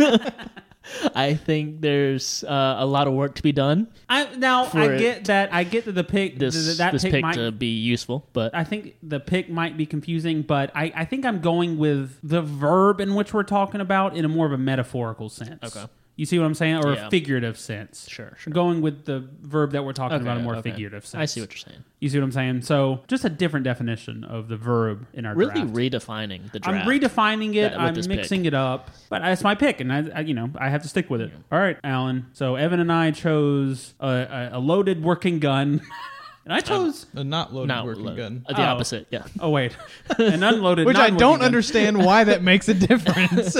I think there's uh, a lot of work to be done. I, now I For get that I get that the pick This th- that this pick, pick, might. to be useful, but I think the pick might be confusing, but I, I think I'm going with the verb in which we're talking about in a more of a metaphorical sense. Okay. You see what I'm saying? Or a Yeah. figurative sense. Sure, sure. Going with the verb that we're talking about in a more Okay. figurative sense. I see what you're saying. You see what I'm saying? So just a different definition of the verb in our Really draft. redefining the I'm draft. redefining it. That- with I'm this pick. mixing it up, but that's my pick, and I, I, you know, I have to stick with it. All right, Alan. So Evan and I chose a, a, a loaded working gun, and I chose. A not loaded Not working loaded. gun. Ah. Uh, the Oh. opposite, yeah. oh wait, an unloaded, Which I non-working don't gun. understand why that makes a difference.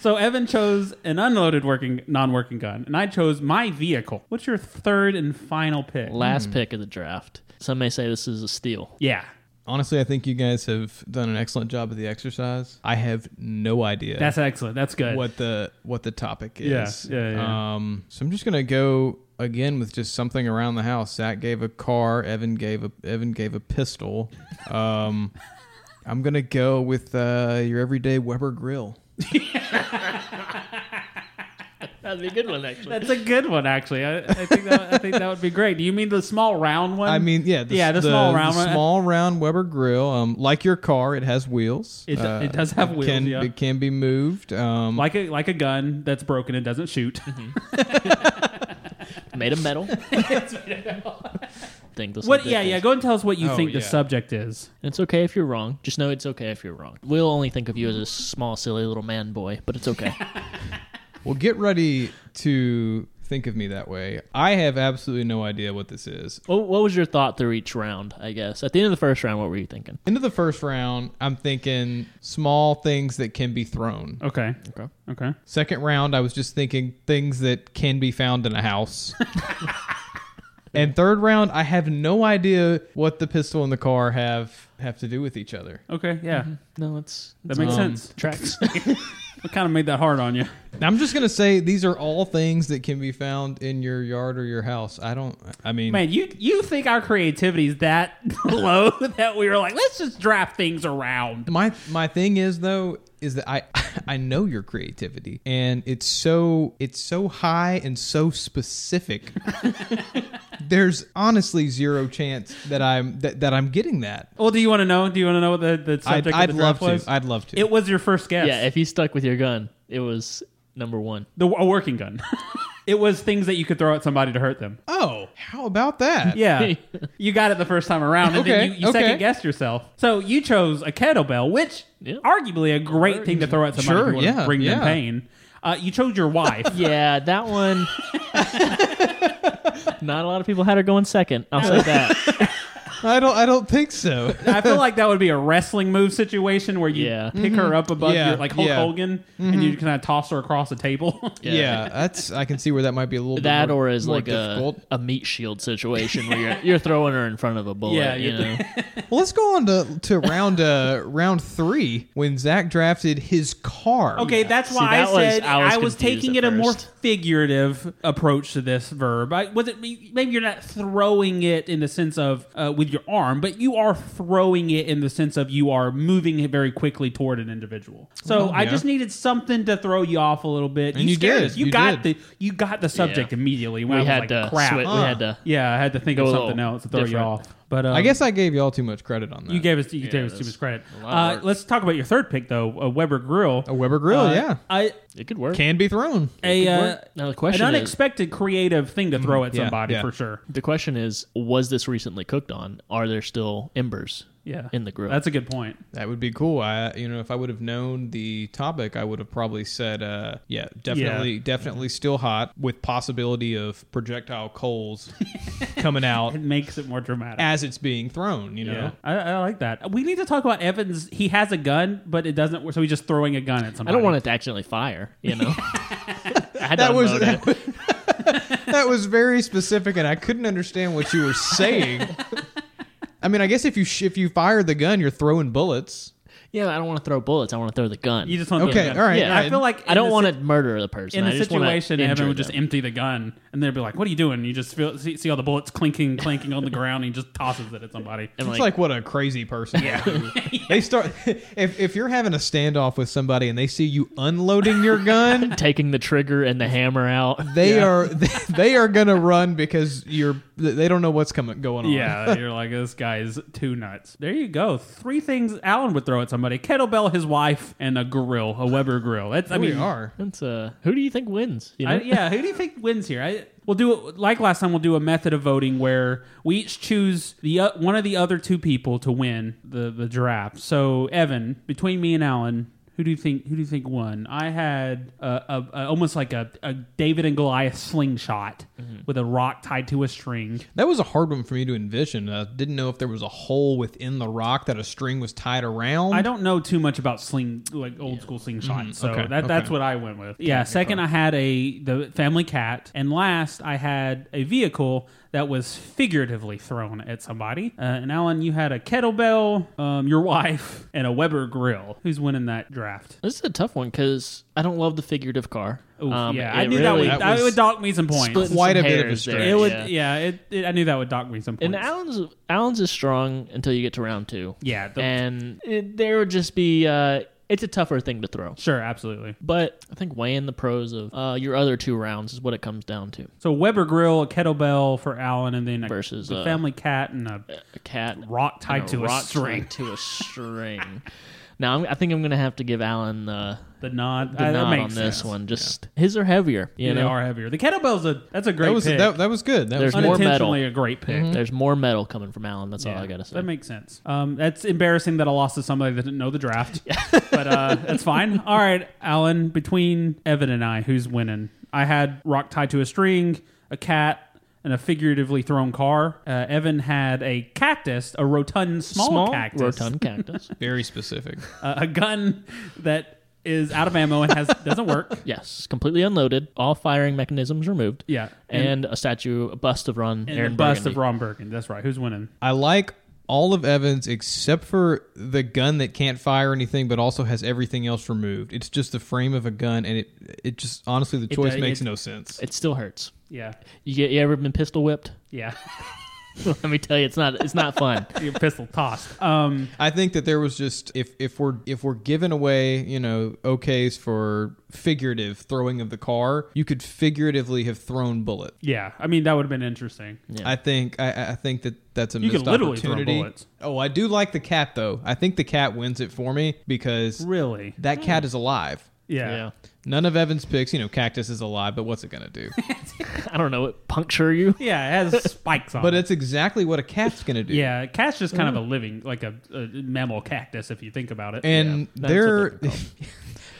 So Evan chose an unloaded working, non-working gun, and I chose my vehicle. What's your third and final pick? Hmm. Last pick of the draft. Some may say this is a steal. yeah, Honestly, I think you guys have done an excellent job of the exercise. I have no idea That's excellent. That's good. what the what the topic Yeah, is. yeah, yeah. Um, so I'm just gonna go again with just something around the house. Zach gave a car. Evan gave a Evan gave a pistol. Um, I'm gonna go with uh, your everyday Weber grill. That'd be a good one, actually. That's a good one, actually. I, I think that I think that would be great. Do you mean the small round one? I mean, yeah, Um, yeah, the, small round the one. small round Weber grill. Um, like your car, it has wheels. It do- it does have wheels, Can, yeah. It can be moved. Um, like a like a gun that's broken and doesn't shoot. Made of metal. think this what? will Yeah, be- yeah. Go and tell us what you think the yeah. subject is. It's okay if you're wrong. Just know it's okay if you're wrong. We'll only think of you as a small, silly little man boy, but it's okay. Well, get ready to think of me that way. I have absolutely no idea what this is. what, what was your thought through each round? I guess at the end of the first round, what were you thinking? Into the first round, I'm thinking small things that can be thrown. Okay. Okay. Okay. Second round, I was just thinking things that can be found in a house. and third round, I have no idea what the pistol and the car have have to do with each other. Okay. Yeah. No, it's That Um, makes sense. Tracks. I kind of made that hard on you. Now, I'm just gonna say these are all things that can be found in your yard or your house. I don't. I mean, Man, you you think our creativity is that low that we were like, let's just draft things around. my my thing is though is that I I know your creativity and it's so it's so high and so specific. There's honestly zero chance that I'm that, that I'm getting that. Well, do you want to know? Do you want to know what the, the I'd, subject I'd of the love draft was? to. I'd love to. it was your first guess. yeah, if you stuck with your gun, it was number one. the a working gun. it was things that you could throw at somebody to hurt them. oh, how about that? Yeah, you got it the first time around, and then Okay, you, you okay. second guessed yourself. So you chose a kettlebell, which Yeah. arguably a great thing to throw at somebody Sure, who would yeah, bring them yeah. pain. Uh, you chose your wife. Yeah, that one. Not a lot of people had her going second. I'll say that. I don't I don't think so. I feel like that would be a wrestling move situation where you Yeah. pick her up above Mm-hmm. Yeah, your like Hulk yeah. Mm-hmm. Hogan and you kind of toss her across the table. Yeah. that's I can see where that might be a little That bit more, or is more like a, difficult. a meat shield situation where you're, you're throwing her in front of a bullet. Yeah, you you're- know. Well, let's go on to, to round uh, round three when Zach drafted his car. Okay, that's why that I was- said I I was, was confused taking it at a more first. figurative approach to this verb. I, was it maybe you're not throwing it in the sense of uh, with your arm, but you are throwing it in the sense of you are moving it very quickly toward an individual. So I yeah. just needed something to throw you off a little bit. And you scared did. us. You, You got did. the you got the subject Yeah. immediately. When I We was had like, to crap. switch. We had to. Yeah, I had to think Go of a something little else to throw you different. off. But um, I guess I gave y'all too much credit on that. you gave us you gave us too that's much credit. a lot of Uh, work. let's talk about your third pick though, a Weber Grill. Uh, a Weber grill, yeah. I It could work. Can be thrown. a uh, work. Now, the question an is- Mm-hmm. unexpected creative thing to throw at Yeah, somebody yeah. for sure. the question is, was this recently cooked on? Are there still embers? Yeah, In the grill. That's a good point. That would be cool. I, you know, if I would have known the topic, I would have probably said, uh, yeah, definitely, definitely still hot with possibility of projectile coals coming out It makes it more dramatic. as it's being thrown. You know, yeah, I, I like that. We need to talk about Evans. He has a gun, but it doesn't. work. So he's just throwing a gun at I somebody. don't want it to accidentally fire. You know. I had that to was unload it. that was, that was very specific, and I couldn't understand what you were saying. I mean, I guess if you sh- if you fire the gun, you're throwing bullets. Yeah, I don't want to throw bullets. I want to throw the gun. You just want. to Okay, throw a gun. all right, Yeah. all I right. feel like I don't want to. to murder the person. In I a just wanna situation, injure Evan would just them. empty the gun, and they'd be like, "What are you doing?" You just feel see, see all the bullets clinking, clanking on the ground, and he just tosses it at somebody. It's And like- like what a crazy person. Yeah. they start if if you're having a standoff with somebody and they see you unloading your gun, taking the trigger and the hammer out. they are they, are gonna run because you're they don't know what's coming going on. Yeah, you're like, this guy's too nuts. There you go. Three things Alan would throw at somebody kettlebell, his wife, and a grill, a Weber grill. That's, I I mean, mean, we are. That's uh, who do you think wins? You know? I, yeah, who do you think wins here? I, we'll do it like last time. We'll do a method of voting where we each choose the uh, one of the other two people to win the the draft. So Evan, between me and Alan, Who do you think? Who do you think won? I had a, a, a almost like a, a David and Goliath slingshot Mm-hmm. with a rock tied to a string. That was a hard one for me to envision. I didn't know if there was a hole within the rock that a string was tied around. I don't know too much about sling, like old school slingshot. Mm-hmm. so okay, that, that's okay. what I went with. Yeah. Second, I had a the family cat, and last I had a vehicle that was figuratively thrown at somebody. Uh, and Alan, you had a kettlebell, um, your wife, and a Weber grill. Who's winning that draft? This is a tough one because I don't love the figurative car. Ooh, Um, yeah, it I knew that really- would That that was would dock me some points. splitting Quite some a bit of a hairs there, stretch. it would, yeah. yeah. it, it, I knew that would dock me some points. And Alan's Alan's is strong until you get to round two. Yeah, the- and it, there would just be uh, it's a tougher thing to throw. sure, absolutely. But I think weighing the pros of uh, your other two rounds is what it comes down to. So Weber grill, a kettlebell for Alan, and then a, Versus, the uh, family cat and a A cat rock tied and to a rock string. tied to a string. now I'm, I think I'm gonna have to give Alan uh, the nod. the I- that nod makes on this sense. one. Just his are heavier. You Yeah, know, they are heavier. The kettlebell's a that's a great That was pick. that, that was good. That There's was more metal. Unintentionally a great pick. Mm-hmm. There's more metal coming from Alan. That's all Yeah, I gotta say. That makes sense. Um, that's embarrassing that I lost to somebody that didn't know the draft, but uh, that's fine. All right, Alan. Between Evan and I, who's winning? I had rock tied to a string, a cat, and a figuratively thrown car. Uh, Evan had a cactus, a rotund small, cactus, rotund cactus. very specific. uh, a gun that is out of ammo and has doesn't work. yes, completely unloaded. All firing mechanisms removed. Yeah, and, a statue, a bust of Ron and Aaron the bust of Burgundy. Ron Bergen. That's right. Who's winning? I like all of Evans except for the gun that can't fire anything, but also has everything else removed. It's just the frame of a gun, and it it just honestly the choice does- makes it- no sense. It still hurts. Yeah, You, get, you ever been pistol whipped? yeah. Let me tell you, it's not. It's not fun. Your pistol tossed. Um, I think that there was just if if we're if we're giving away you know okays for figurative throwing of the car, you could figuratively have thrown bullet. yeah. I mean, that would have been interesting. I think I, I think that that's a You could missed literally throw opportunity. bullets. Oh, I do like the cat though. I think the cat wins it for me because Really? that cat is alive. Yeah. yeah. None of Evan's picks, you know, cactus is alive, but what's it gonna do? I don't know. It puncture you. Yeah, it has spikes on but it. it's Mm. exactly what a cat's gonna do. Yeah, cat's just kind of a living, like a, a mammal cactus, if you think about it. and Yeah, that's they're what they're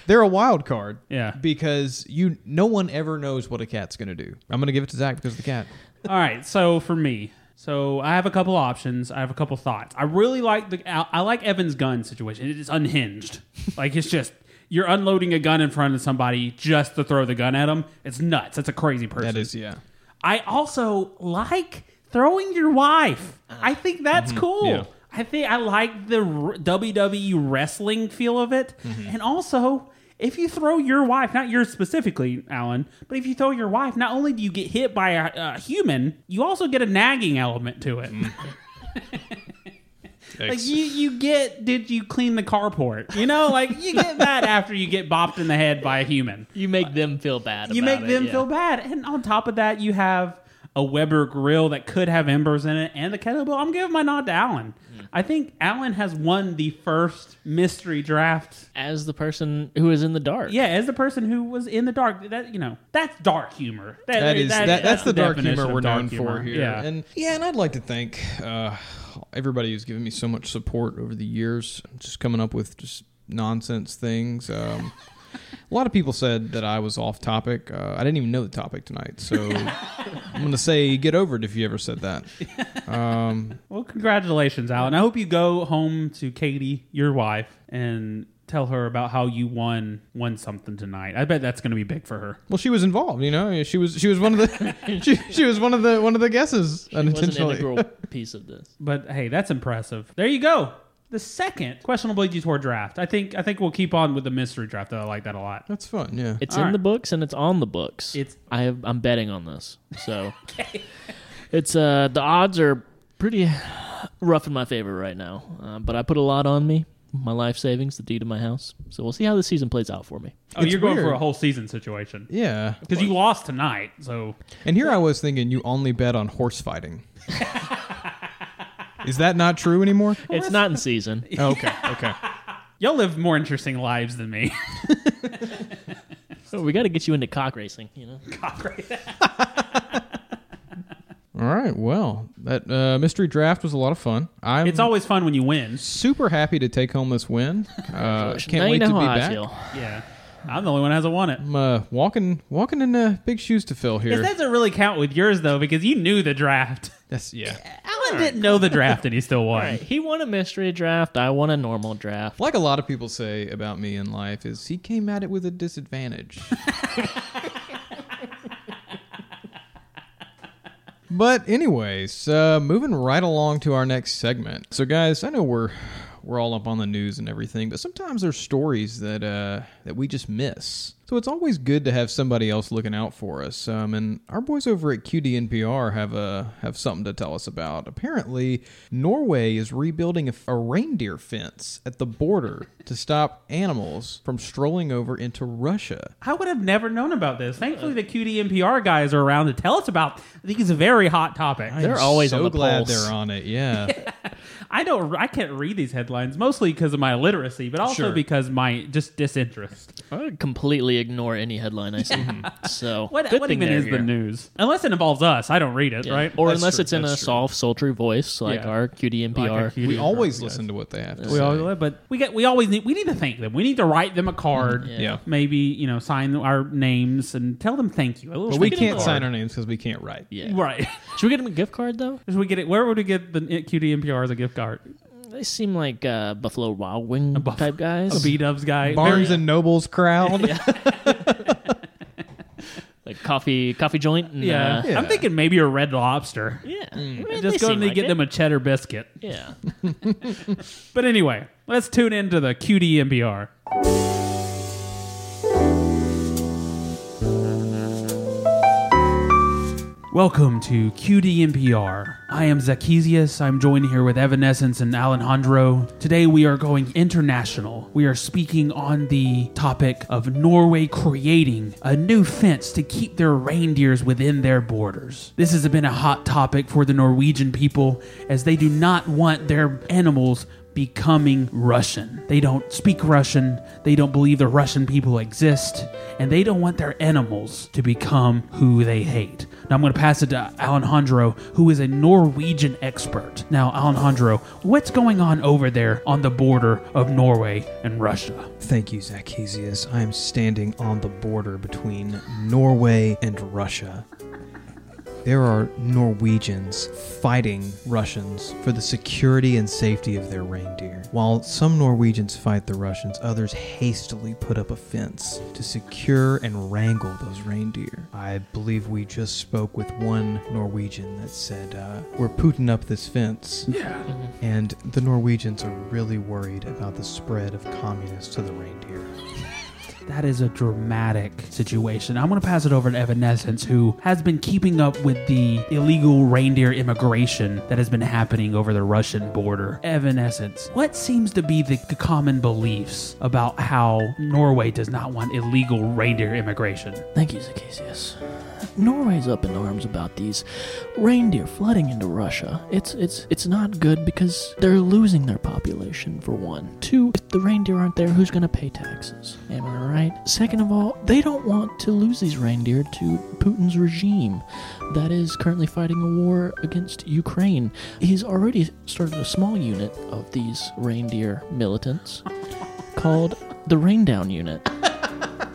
they're a wild card. Yeah. because you no one ever knows what a cat's gonna do. I'm gonna give it to Zach because of the cat. All right, so for me, so I have a couple options. I have a couple thoughts. I really like the I I like Evan's gun situation. It is unhinged. like it's just you're unloading a gun in front of somebody just to throw the gun at them. It's nuts. That's a crazy person. That is yeah. I also like throwing your wife. I think that's cool. yeah. I think I like the r- WWE wrestling feel of it. And also, if you throw your wife, not yours specifically, Alan, but if you throw your wife, not only do you get hit by a, a human, you also get a nagging element to it. like you, you get, did you clean the carport? You know, like you get that after you get bopped in the head by a human You make them feel bad. you about make it, them yeah. feel bad. And on top of that, you have a Weber grill that could have embers in it and the kettlebell. I'm giving my nod to Alan. Hmm. I think Alan has won the first mystery draft. as the person who is in the dark. Yeah, as the person who was in the dark, that you know, that's dark humor. That is that, that's the dark definition humor of we're dark known for humor. here. Yeah. And yeah, and I'd like to thank uh, everybody who's given me so much support over the years, just coming up with just nonsense things. Um, a lot of people said that I was off topic. Uh, I didn't even know the topic tonight, so I'm going to say get over it if you ever said that. well, congratulations, Alan. I hope you go home to Katie, your wife, and tell her about how you won won something tonight. I bet that's going to be big for her. Well, she was involved, you know. She was she was one of the she, she was one of the one of the guesses It was an unintentionally. integral piece of this. But hey, that's impressive. There you go. The second questionable detour draft. I think I think we'll keep on with the mystery draft. Though I like that a lot. That's fun, yeah. It's All in right. the books and it's on the books. It's- I have, I'm betting on this. So it's uh the odds are pretty rough in my favor right now. Uh, but I put a lot on me, my life savings, the deed of my house. So we'll see how this season plays out for me. Oh, you're going for weird. a whole season situation yeah. because you lost tonight. So And here I was thinking you only bet on horse fighting. Is that not true anymore? It's not in season. Oh, okay, okay. y'all live more interesting lives than me. So we got to get you into cock racing, you know. All right, well, That uh, mystery draft was a lot of fun. I'm It's always fun when you win. super happy to take home this win. Uh, can't now wait you know to how be I back. feel. Yeah. I'm the only one that hasn't won it. I'm uh, walking walking in uh, big shoes to fill here. It doesn't really count with yours though, because you knew the draft. That's yeah. Alan didn't know the draft and he still won. Right. He won a mystery draft. I won a normal draft. Like a lot of people say about me in life is he came at it with a disadvantage. but anyways, uh, moving right along to our next segment. So guys, I know we're we're all up on the news and everything, but sometimes there's stories that uh, that we just miss. So it's always good to have somebody else looking out for us. Um, and our boys over at QDNPR have a have something to tell us about. Apparently, Norway is rebuilding a, a reindeer fence at the border to stop animals from strolling over into Russia. I would have never known about this. Thankfully, the QDNPR guys are around to tell us about. I think it's a very hot topic. They're always so on the glad pulse. they're on it. Yeah. I don't. I can't read these headlines mostly because of my illiteracy, but also Sure. because my just disinterest. I would completely ignore any headline I see. So What, good what thing even they're is here. the news? Unless it involves us, I don't read it. Yeah. Right? Or That's unless true, it's in a that's true. soft, sultry voice like Yeah. our QDNPR. we always listen to what they have to We say. always, but we get we always need we need to thank them. We need to write them a card. Mm, Yeah. Maybe you know sign our names and tell them thank you. A little But we sticky can't card. sign our names because we can't write. Yeah. Right. Should we get him a gift card though? Should we get it? Where would we get the QDNPR as a gift card? They seem like uh, Buffalo Wild Wing buff- type guys. A B Dubs guy. Barnes Very- and Noble's crowd. like coffee coffee joint. And, yeah. uh, Yeah. I'm thinking maybe a Red Lobster. yeah. I mean, Just they go seem and they like get it. them a cheddar biscuit. Yeah. But anyway, let's tune into the QDNPR. Welcome to QDNPR. I am Zacchesius. I'm joined here with Evanescence and Alejandro. Today we are going international. We are speaking on the topic of Norway creating a new fence to keep their reindeers within their borders. This has been a hot topic for the Norwegian people as they do not want their animals becoming Russian. They don't speak Russian, they don't believe the Russian people exist, and they don't want their animals to become who they hate. Now I'm going to pass it to Alejandro, who is a Norwegian expert. Now, Alejandro, what's going on over there on the border of Norway and Russia? Thank you, Zacchesius. I am standing on the border between Norway and Russia. There are Norwegians fighting Russians for the security and safety of their reindeer. While some Norwegians fight the Russians, others hastily put up a fence to secure and wrangle those reindeer. I believe we just spoke with one Norwegian that said, uh, We're putting up this fence. And the Norwegians are really worried about the spread of communists to the reindeer. That is a dramatic situation. I'm going to pass it over to Evanescence, who has been keeping up with the illegal reindeer immigration that has been happening over the Russian border. Evanescence, what seems to be the, the common beliefs about how Norway does not want illegal reindeer immigration? Thank you, Zacchesius. Norway's up in arms about these reindeer flooding into Russia. It's it's it's not good because they're losing their population for one. Two, if the reindeer aren't there, who's gonna pay taxes? Am I right? Second of all, they don't want to lose these reindeer to Putin's regime that is currently fighting a war against Ukraine. He's already started a small unit of these reindeer militants called the Raindown Unit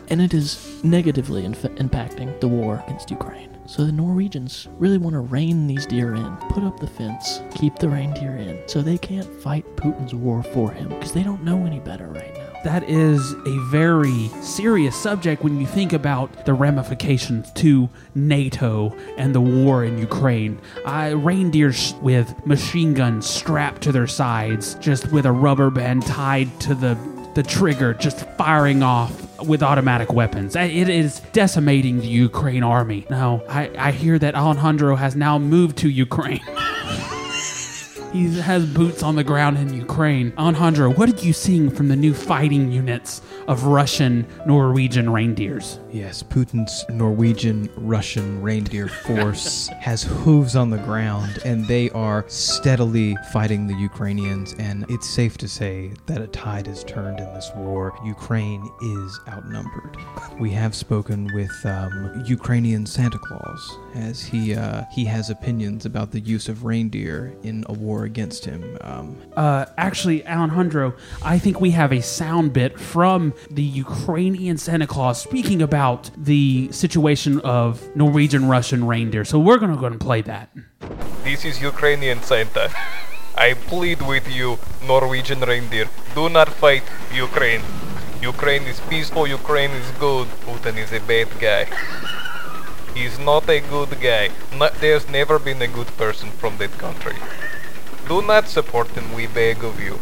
and it is negatively inf- impacting the war against Ukraine. So the Norwegians really want to rein these deer in, put up the fence, keep the reindeer in, so they can't fight Putin's war for him because they don't know any better right now. That is a very serious subject when you think about the ramifications to NATO and the war in Ukraine. Uh, reindeer sh- with machine guns strapped to their sides, just with a rubber band tied to the, the trigger, just firing off with automatic weapons. Uh, It is decimating the Ukraine army. Now, I, I hear that Alejandro has now moved to Ukraine. He has boots on the ground in Ukraine. Alejandro, what are you seeing from the new fighting units of Russian Norwegian reindeers? Yes, Putin's Norwegian Russian reindeer force has hooves on the ground and they are steadily fighting the Ukrainians. And it's safe to say that a tide has turned in this war. Ukraine is outnumbered. We have spoken with um, Ukrainian Santa Claus as he uh, he has opinions about the use of reindeer in a war against him. Um, Uh, actually, Alejandro, I think we have a sound bit from the Ukrainian Santa Claus speaking about the situation of Norwegian Russian reindeer. So we're going to go and play that. This is Ukrainian Santa. I plead with you, Norwegian reindeer, do not fight Ukraine. Ukraine is peaceful, Ukraine is good. Putin is a bad guy. He's not a good guy. No- there's never been a good person from that country. Do not support him, we beg of you.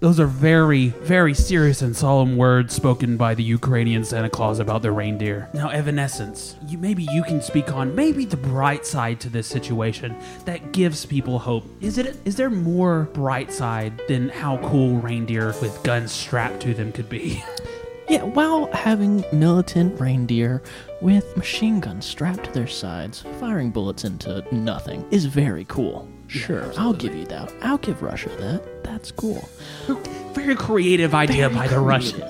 Those are very, very serious and solemn words spoken by the Ukrainian Santa Claus about the reindeer. Now, Evanescence, you, maybe you can speak on maybe the bright side to this situation that gives people hope. Is it? Is there more bright side than how cool reindeer with guns strapped to them could be? Yeah, while having militant reindeer with machine guns strapped to their sides, firing bullets into nothing is very cool. Sure, I'll give you that. I'll give Russia that. That's cool. very creative idea by the Russians.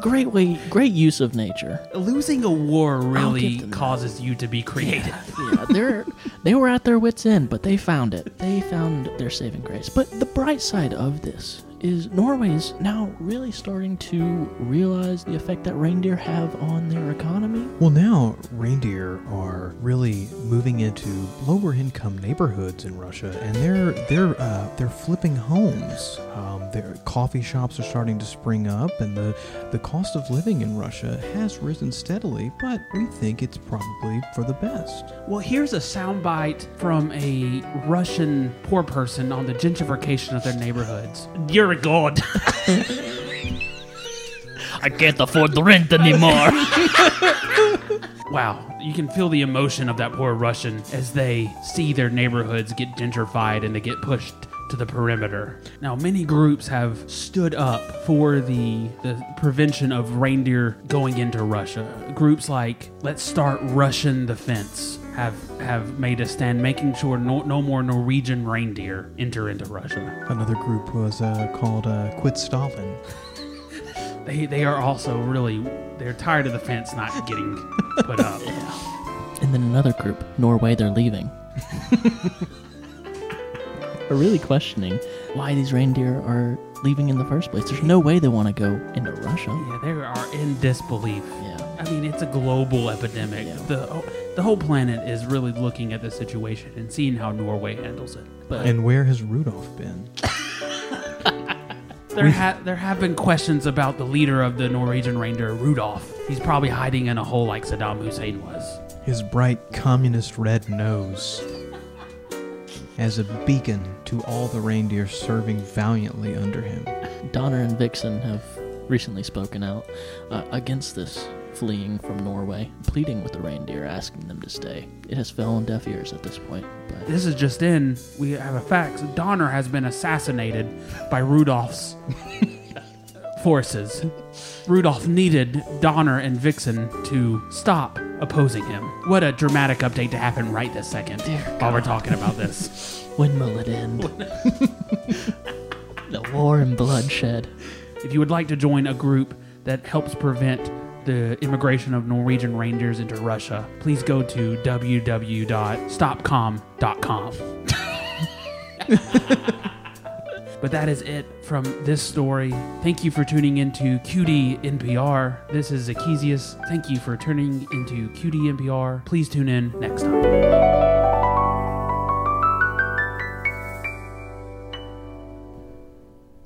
Great way, great use of nature. Losing a war really give them that. causes you to be creative. Yeah, they're they were at their wits end, but they found it. They found their saving grace. But the bright side of this is Norway's now really starting to realize the effect that reindeer have on their economy. Well, now reindeer are really moving into lower-income neighborhoods in Russia, and they're they're uh, they're flipping homes. Um, their coffee shops are starting to spring up, and the the cost of living in Russia has risen steadily. But we think it's probably for the best. Well, here's a soundbite from a Russian poor person on the gentrification of their neighborhoods. Dear God. I can't afford the rent anymore. Wow, you can feel the emotion of that poor Russian as they see their neighborhoods get gentrified and they get pushed to the perimeter. Now, many groups have stood up for the the prevention of reindeer going into Russia. Groups like Let's Start Russian the Fence have have made a stand making sure no, no more Norwegian reindeer enter into Russia. Another group was uh, called uh, Quit Stalin. They they are also really they're tired of the fence not getting put up. And then another group, Norway, they're leaving. are really questioning why these reindeer are leaving in the first place. There's no way they want to go into Russia. Yeah, they are in disbelief. Yeah. I mean, it's a global epidemic. The the whole planet is really looking at this situation and seeing how Norway handles it. But And where has Rudolph been? there ha- there have been questions about the leader of the Norwegian reindeer, Rudolph. He's probably hiding in a hole like Saddam Hussein was. His bright communist red nose as a beacon to all the reindeer serving valiantly under him. Donner and Vixen have recently spoken out uh, against this fleeing from Norway, pleading with the reindeer, asking them to stay. It has fell on deaf ears at this point. But This is just in. We have a fax. Donner has been assassinated by Rudolph's forces. Rudolph needed Donner and Vixen to stop opposing him. What a dramatic update to happen right this second while we're talking about this. when will it end? the war and bloodshed. if you would like to join a group that helps prevent the immigration of Norwegian reindeers into Russia, please go to www.stopcom.com. But that is it from this story. Thank you for tuning into QD NPR. This is Zacchesius. Thank you for tuning into QD NPR. Please tune in next time.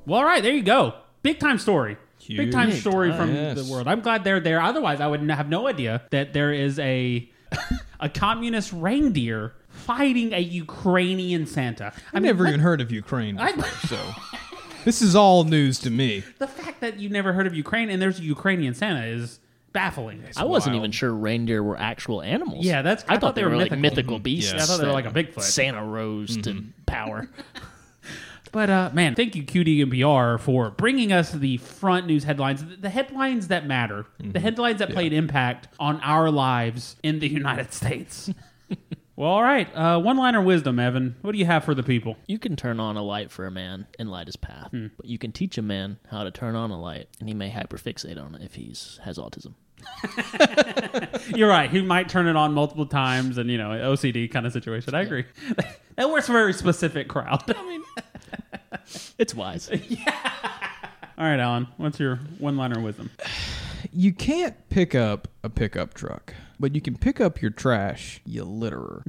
Well, all right, there you go. Big time story. Big time Huge. story from Ah, Yes. the world. I'm glad they're there. Otherwise, I would n- have no idea that there is a a communist reindeer fighting a Ukrainian Santa. I I've mean, never what- even heard of Ukraine I- before, so this is all news to me. the fact that you never heard of Ukraine and there's a Ukrainian Santa is baffling. I wasn't wild. even sure reindeer were actual animals. Yeah, that's- I I, thought they were like mythical. mythical beasts. Yeah, I thought they were that like a Bigfoot. Santa rose to power. But uh, man, thank you, QD and PR, for bringing us the front news headlines, the- the headlines that matter, the headlines that played impact on our lives in the United States. well, all right. Uh, One liner wisdom, Evan. What do you have for the people? You can turn on a light for a man and light his path, Hmm. but you can teach a man how to turn on a light, and he may hyperfixate on it if he's has autism. You're right. He might turn it on multiple times, and you know, OCD kind of situation. I agree. that works for a very specific crowd. I mean, It's wise. all right, Alan. What's your one liner wisdom? You can't pick up a pickup truck, but you can pick up your trash, you litterer.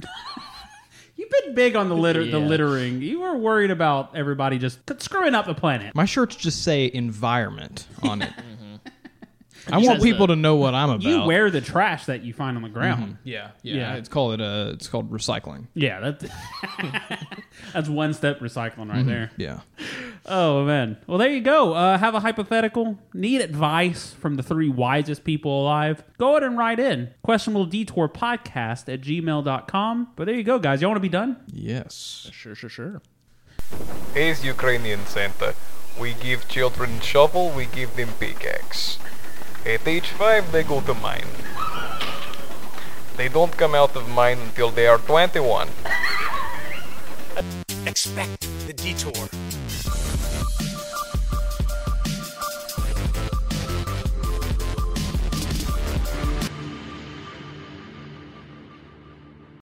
You've been big on the litter, the Yeah. littering. You were worried about everybody just screwing up the planet. My shirts just say environment on it. I You want said people that. to know what I'm about. You wear the trash that you find on the ground. yeah, yeah, Yeah. It's called it. Uh, it's called recycling. Yeah, that, that's one step recycling right there. Yeah. Oh, man. Well, there you go. Uh, have a hypothetical. Need advice from the three wisest people alive? Go ahead and write in. Questionable Detour Podcast at gmail.com. But there you go, guys. Y'all want to be done? Yes. sure, sure, sure. Is Ukrainian Santa. We give children shovel, we give them pickaxe. At age 5 they go to mine. They don't come out of mine until they are 21. Expect the detour.